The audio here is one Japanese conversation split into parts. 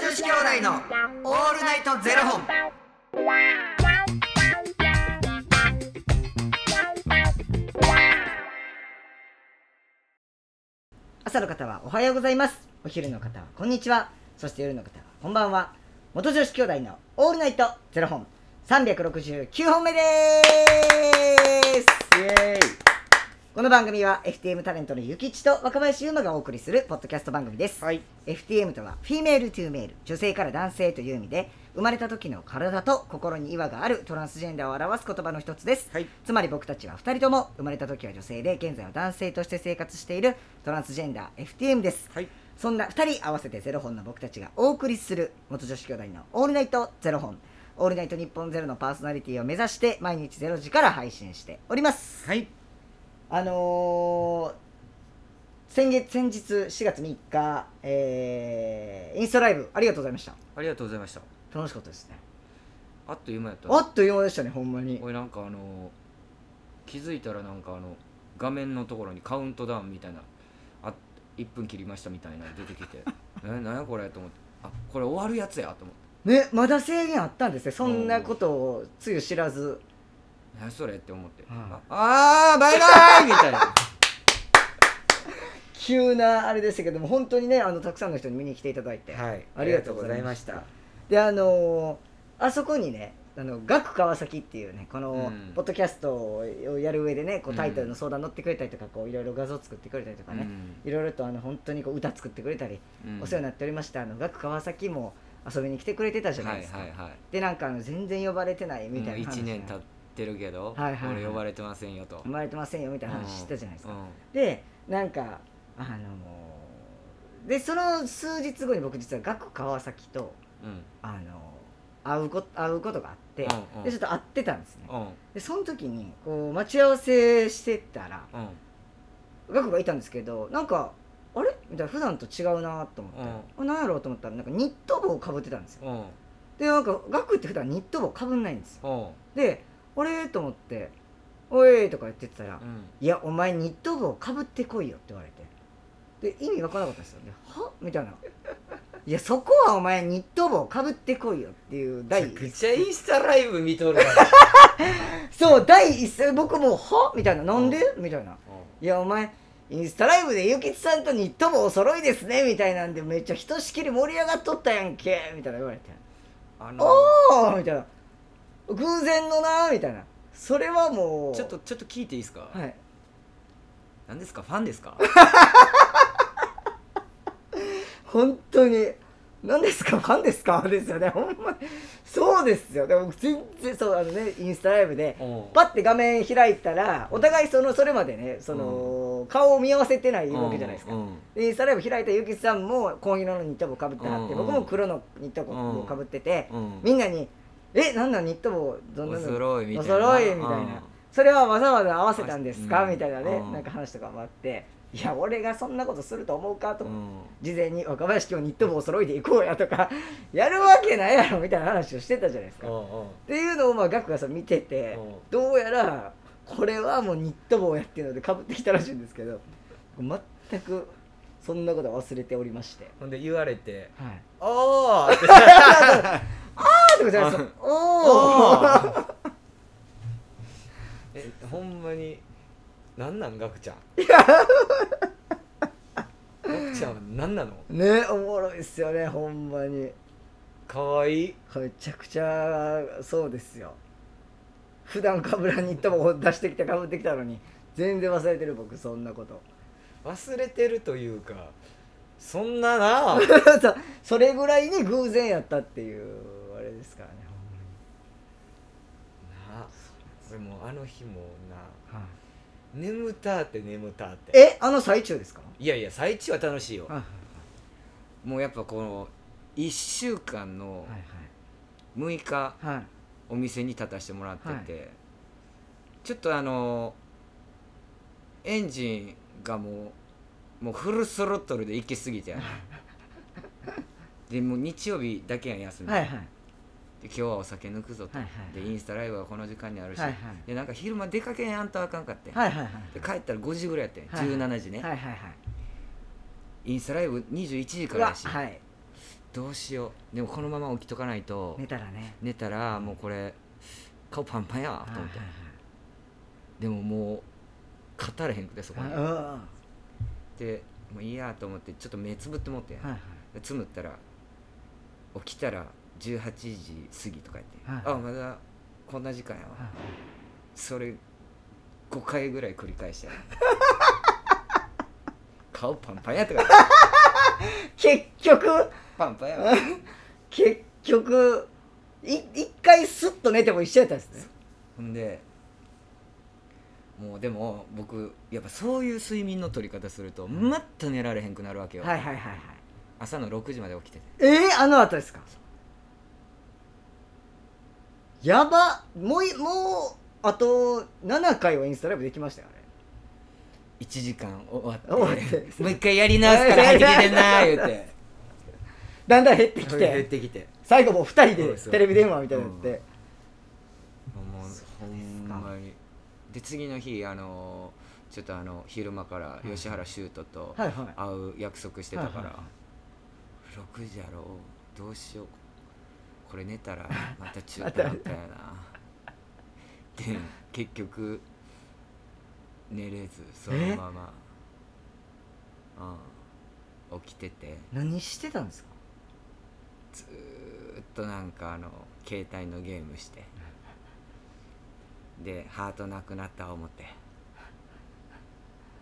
子兄弟のオールナイトゼロ本。朝の方はおはようございますお昼の方はこんにちはそして夜の方はこんばんは元女子兄弟のオールナイトゼロ本369本目ですイエーこの番組は FTM タレントのゆきちと若林優馬がお送りするポッドキャスト番組です、イはい FTM とはフィメールトゥーメール女性から男性という意味で生まれた時の体と心に違和があるトランスジェンダーを表す言葉の一つです、はいつまり僕たちは2人とも生まれた時は女性で現在は男性として生活しているトランスジェンダー FTM です、はいそんな2人合わせてゼロ本の僕たちがお送りする元女子兄弟の「オールナイトゼロ本」「オールナイト日本ゼロのパーソナリティを目指して毎日ゼロ時から配信しておりますはいあのー先月先日4月3日、えーインスタライブありがとうございましたありがとうございました楽しかったですねあっという間やったあっという間でしたねほんまに俺なんかあの気づいたらなんかあの画面のところにカウントダウンみたいなあ1分切りましたみたいなの出てきて えなんやこれと思ってあこれ終わるやつやと思ってねまだ制限あったんですねそんなことをつゆ知らず何それって思って、んああーバイバイみたいな急なあれでしたけども本当にねあのたくさんの人に見に来ていただいて、はいありがとうございましたであのーあそこにねあの学川崎っていうねこのうんポッドキャストをやる上でねこううんタイトルの相談乗ってくれたりとかこういろいろ画像作ってくれたりとかね、いろいろとあの本当にこう歌作ってくれたり、お世話になっっておりましたあの学川崎も遊びに来てくれてたじゃないですか、はいはいはいでなんかあの全然呼ばれてないみたいな話、 1年経ってるけど、はいはいはい俺呼ばれてませんよと生まれてませんよみたいな話してたじゃないですか、うんでなんかあのーでその数日後に僕実は学川崎とうんあのー会うこ会うことがあって、うんうんでちょっと会ってたんですね、うんでその時にこう待ち合わせしてたらうんガクがいたんですけどなんかあれみたいな普段と違うなと思って、あなんやろうと思ったらなんかニット帽をかぶってたんですようんでなんかガクって普段ニット帽かぶんないんですようんで「あれ?」と思って「おい」とか言ってたら「うんいやお前ニット帽かぶってこいよ」って言われてで意味わからなかったんですよね「はみたいな「いやそこはお前ニット帽かぶってこいよ」っていう第めちゃくちゃインスタライブ見 とるからそう第一声僕もう「はみたいな「なんで?」みたいな「いやお前インスタライブでゆきつさんとニット帽お揃いですね」みたいなんでめっちゃひとしきり盛り上がっとったやんけみたいな言われてあ「のおお!」みたいな「偶然のな」みたいなそれはもうちょっとちょっと聞いていいですか、はい何ですかファンで すか本当に何ですかファンですかですよねほんまにそうですよでも全然そうあのねインスタライブでパッて画面開いたらお互いそのそれまでねその、顔を見合わせてないわけじゃないですか、うんうんでインスタライブ開いたゆきさんも紺色のニット帽かぶってはって、うん僕も黒のニット帽かぶってて、うんみんなに「えなんだニット帽どんなおの揃いみたいなお揃いみたいな、うんそれはわざわざ合わせたんですか?」うんみたいなね、うんなんか話とかもあって「いや俺がそんなことすると思うか?」とう思ってん事前に若林今日ニット帽お揃いで行こうやと かやるわけないやろみたいな話をしてたじゃないですか。っうんていうのをまあガクがさ見ててうんどうやらこれはもうニット帽やっていうのでかぶってきたらしいんですけど全くそんなことは忘れておりまして。ほんで言われて はい、 「おー!」ってあーってことじゃないですよ。おーおー えほんまになんなんガクちゃんガクちゃんは何なのねおもろいっすよねほんまに。かわいいめちゃくちゃそうですよ普段かぶらんニット帽を出してきてかぶってきたのに全然忘れてる僕そんなこと。 忘れてるというかそん ななあそうそれぐらいに偶然やったっていうあれですからねなあ俺もうあの日もなほんまに眠たーって眠たーってえあの最中ですかいやいや最中は楽しいよもうやっぱこの1週間の6日はいはいお店に立たせてもらってて、ちょっとあのエンジンがもうもうフルスロットルで行き過ぎ てでもう日曜日だけやん休み、はいはいで今日はお酒抜くぞと、はいはいでインスタライブはこの時間にあるし、はいはいでなんか昼間出かけへんあんとあかんかって、はいはいはいで帰ったら5時ぐらいやってん、はいはい17時ね、はいはいはいインスタライブ21時かうらわやし、はいどうしようでもこのまま起きとかないと寝たらね寝たらもうこれ顔パンパンやと思ってでももう語れへんくてそこはいにはいはいうんうんでもういいやと思ってちょっと目つぶってもってん、はいはいでつむったら起きたら18時過ぎとか言って、はいあまだこんな時間やわ、はいそれ5回ぐらい繰り 返して顔パンパンやったから結局パンパンやわ結局い一回スッと寝ても一緒やったんですねほんでもうでも僕やっぱそういう睡眠の取り方するとまた寝られへんくなるわけよ、はいはいはいはい朝の6時まで起きててえー、あの後ですかやばもういもうあと7回はインスタライブできましたよね1時間終わって終わってもう一回やり直すから入ってきてん なー言うてだんだん減ってき減っててきて最後もう2人そうでですよテレビ電話みたいになって、もうほんまにで次の日あのーちょっとあの昼間から吉原修斗とはいはい会う約束してたから、はいはいは6時やろうどうしようこれ寝た らまた中途だったよなで結局寝れずそのまま、うん、起きてて何してたんですかずーっとなんかあの携帯のゲームしてでハートなくなった思って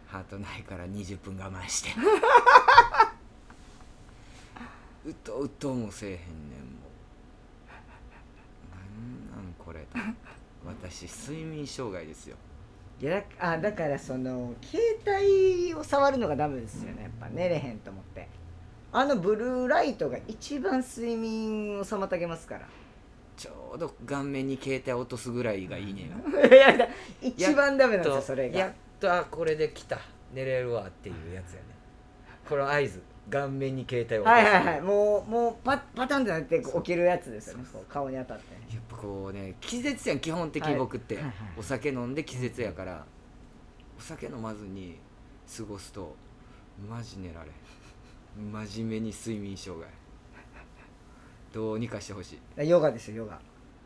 ハートないから20分我慢してうとうともせえへんねんもうなんなんこれと私睡眠障害ですよいやだあだからその携帯を触るのがダメですよねやっぱ寝れへんと思ってあのブルーライトが一番睡眠を妨げます からちょうど顔面に携帯落とすぐらいがいいねんよいやだ一番ダメなんですよそれやがっとあこれで来た寝れるわっていうやつやねこの合図顔面に携帯をはいはいはいもうもうパパタンってなって起きるやつですよねこう顔に当たってねやっぱこうね気絶やん基本的はにい僕って、はいはいお酒飲んで気絶やからお酒飲まずに過ごすとマジ寝られん真面目に睡眠障害どうにかしてほしいヨガですよヨガ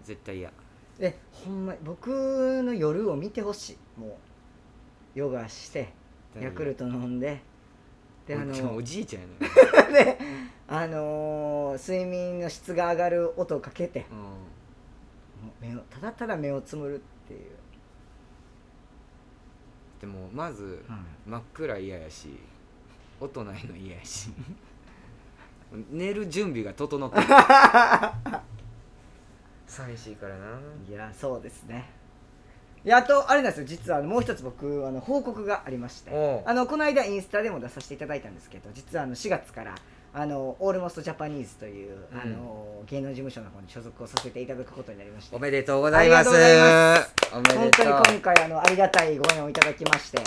絶対嫌でほんまに僕の夜を見てほしいもうヨガしてヤクルト飲んでであのもうおじいちゃんやねで、あのー睡眠の質が上がる音をかけてうもう目をただただ目をつむるっていう、んでもまず真っ暗嫌やし音ないの嫌やし 寝る準備が整ってる 寂しいからないやそうですねであとあれなんですよ実はあのもう一つ僕あの報告がありましておうあのこの間インスタでも出させていただいたんですけど実はあの4月からあのオールモストジャパニーズという、うんあの芸能事務所の方に所属をさせていただくことになりましておめでとうございますありがおめでとう本当に今回あのありがたいご縁をいただきまして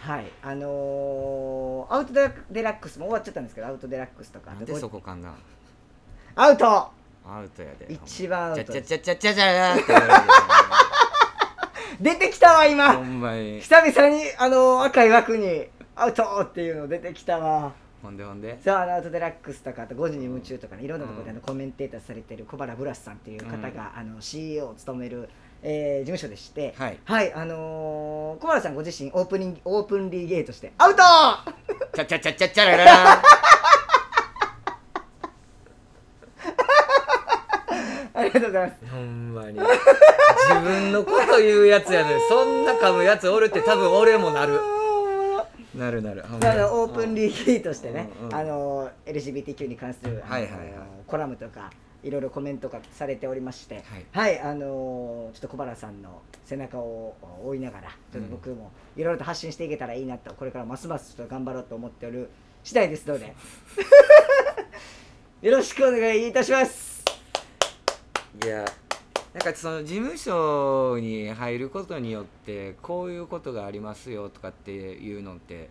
はいあのーアウトデラックスも終わっちゃったんですけどアウトデラックスとかなんでそこかんなアウトアウトやで一番アウトちゃちゃちゃちゃちゃちゃって言われる出てきたわで ほ今んまに久々にあのー赤い枠にアウトっていうの出てきたわほんでほんでさあアウトデラックスとかあと5時に夢中とかねいろんなところであのコメンテーターされてる小原ブラスさんっていう方が、あの CEO を務める、えー事務所でしてはいあのー小原さんご自身オープニングオープンリーゲートしてアウト ちゃちゃちゃちゃちゃららありがとうございます。ほんまに自分のこと言うやつやのにそんな噛むやつおるって多分俺もなるなるなるあのオープンリーゲートしてね、うんうんあの LGBTQ に関する、あのはいはいはいコラムとかいろいろコメントがされておりまして、はい、あのちょっと小原さんの背中を追いながら、ちょっと僕もいろいろと発信していけたらいいなと、これからますますちょっと頑張ろうと思っておる次第ですので、 よろしくお願いいたします。いやなんかその事務所に入ることによってこういうことがありますよとかっていうのって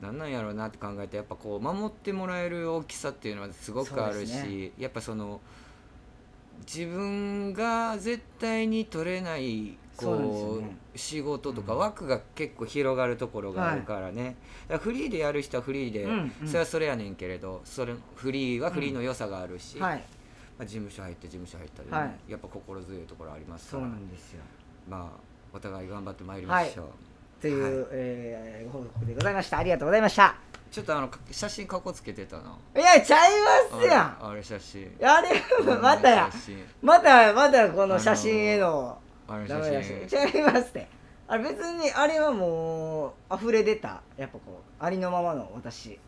なんなんやろうなって考えてやっぱこう守ってもらえる大きさっていうのはすごくあそうでるし、すねやっぱその自分が絶対に取れないそうなんですよこねう仕事とか枠が結構広がるところがあるからね、だからフリーでやる人はフリーで、うんうんそれはそれやねんけれどそれフリーはフリーの良さがあるし、はいまあ、事務所入って事務所入ったで、はいやっぱ心強いところありますそかうらなんですよまあお互い頑張ってまいりましょう、という、はえーご報告でございましたありがとうございましたちょっとあのか写真かっこつけてたないやちゃいますやんああれ写真あれ またあやれ写真またまたこの写真へのあれダメ出写し真ちゃいますってあれ別にあれはもう溢れ出たやっぱこうありのままの私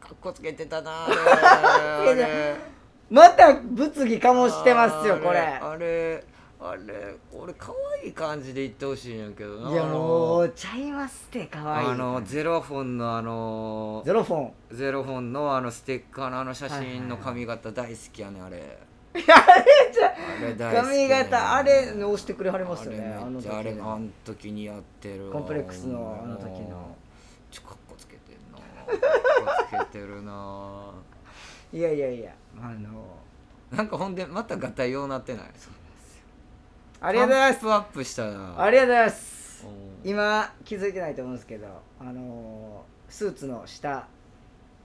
かっこつけてたな あれつけてまた物議かもしてますよこれあれあれあれ俺可愛い感じで言ってほしいんやけどないやもううちゃいますってかわいいあのゼロフォンのあのゼロフォンゼロフォンのあのステッカーのあの写真の髪型大好きやね あれあれ大好き髪やね型あれ押してくれはりますよねああれめのっ時ちゃあれあの時似合ってるわコンプレックスのあの時のもうちょかっこつけてんなかっこつけてるないやいやいやあのなんかほんでまたガタようなってないありがとうございますパンプアップしたなありがとうございますうん今気づいてないと思うんですけどあのースーツの下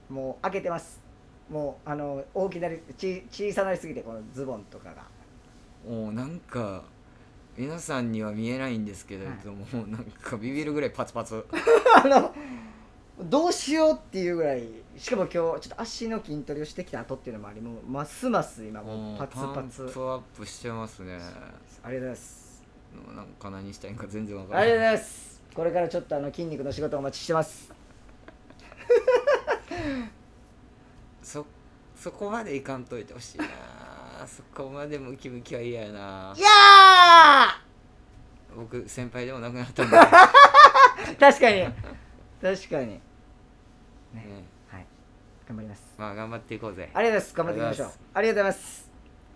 もう開けてますもうあのー大きなりち小さなりすぎてこのズボンとかが もうなんか皆さんには見えないんですけれども、もうなんかビビるぐらいパツパツあのどうしようっていうぐらいしかも今日ちょっと足の筋トレをしてきた後っていうのもありもうますます今もうパツパツパンプアップしてますねありがとうございますなんか何したいんか全然わかあらりがとうごなざいいますこれからちょっとあの筋肉の仕事お待ちしてますそそこまでいかんといてほしいな そこまでムキムキは嫌やないや僕先輩でもなくなったんだー確かに確かにけど、ね、はい頑張りますまあ頑張っていこうぜありがとうございます。頑張っていきましょう。ありがとうございます。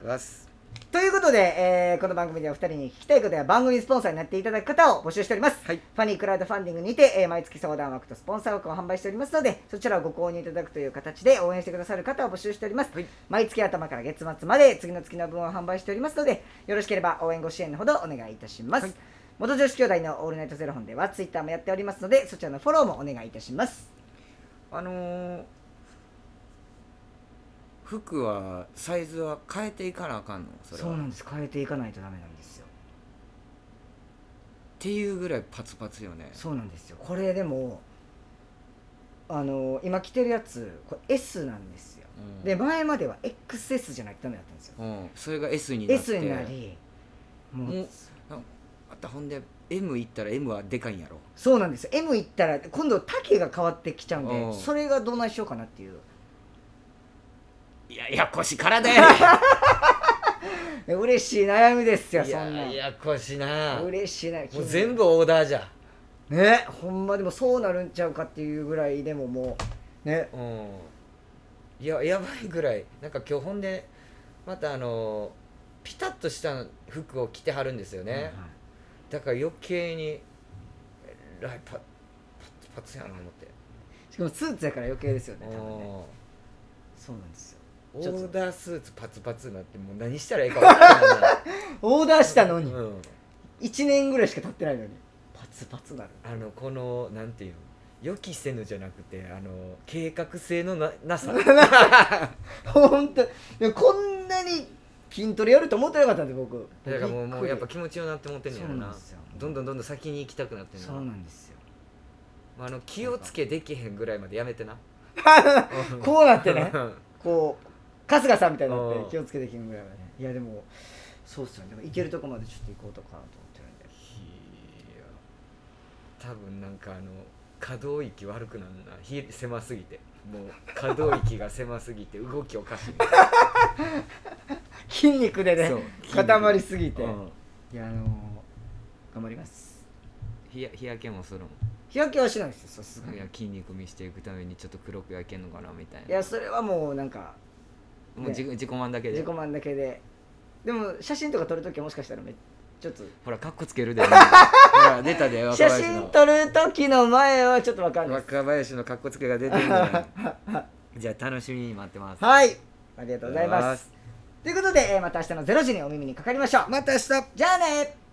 わっすということで、えーこの番組ではお二人に聞きたいことや番組スポンサーになっていただく方を募集しております。はいファニークラウドファンディングにて、えー毎月相談枠とスポンサー枠を販売しておりますので、そちらをご購入いただくという形で応援してくださる方を募集しております。はい毎月頭から月末まで次の月の分を販売しておりますので、よろしければ応援ご支援のほどお願いいたします。はい元女子兄弟のオールナイトゼロ本ではツイッターもやっておりますので、そちらのフォローもお願いいたします。あのー服はサイズは変えていかなあかんのそれはっんです。変えていかないとダメなんですよ。ていうぐらいパツパツよねそうなんですよこれでもあの今着てるやつこれ S なんですようんで前までは XS じゃなくてダメだったんですようん、それが S になって S になりもうもうあったほんで M 行ったら M はでかいんやろそうなんですよ M いったら今度丈が変わってきちゃうんうでんそれがどうなんしようかなっていう いややこしからだよで嬉しい悩みですよいそんなややこしなも嬉しいなもう全部オーダーじゃねほんまでもそうなるんちゃうかっていうぐらいでももうねうんいややばいぐらいなんか今日ほんでまたあのピタッとした服を着てはるんですよね、だから余計にえらいパッパッパツやな思ってしかもスーツやから余計ですよね多分ねうんそうなんですよオちょっとーダースーツパツパツになってもう何したらいいか分からんないオーダーしたのにうん1年ぐらいしか経ってないのにパツパツなるあのこのなんていうの予期せぬじゃなくてあの計画性のな なさ本当でもこんなに筋トレやると思ってなかったんで僕だからもうびもくうりやっぱ気持ちようなって思ってんねやろそうななんですよどんどんどんどん先に行きたくなってんそうのなんですよあの気をつけできへんぐらいまでやめてな こうなって ねこう春日さんみたいになっうてん気をつけてきむぐらいはねいやでもそうっすよねでも行けるとこまでちょっと行こうとかなと思ってるんでいや多分なんかあの可動域悪くなるなひ狭すぎてもう可動域が狭すぎて動きおかしい筋肉で ねそう固まりすぎて、うんいやあのー頑張ります日や日焼けもするもん日焼けはしないですよさすがいにや筋肉見していくためにちょっと黒く焼けんのかなみたいないやそれはもうなんかもう自,、自己満だけで自己満だけででも写真とか撮るときはもしかしたらめちょっとほらカッコつけるで ほら出たで写若林真の撮る時の前はちょっとわかんないです若林のカッコつけが出てるんだじゃあ楽しみに待ってますはいありがとうございますということで、えーまた明日の0時にお耳にかかりましょうまた明日じゃあね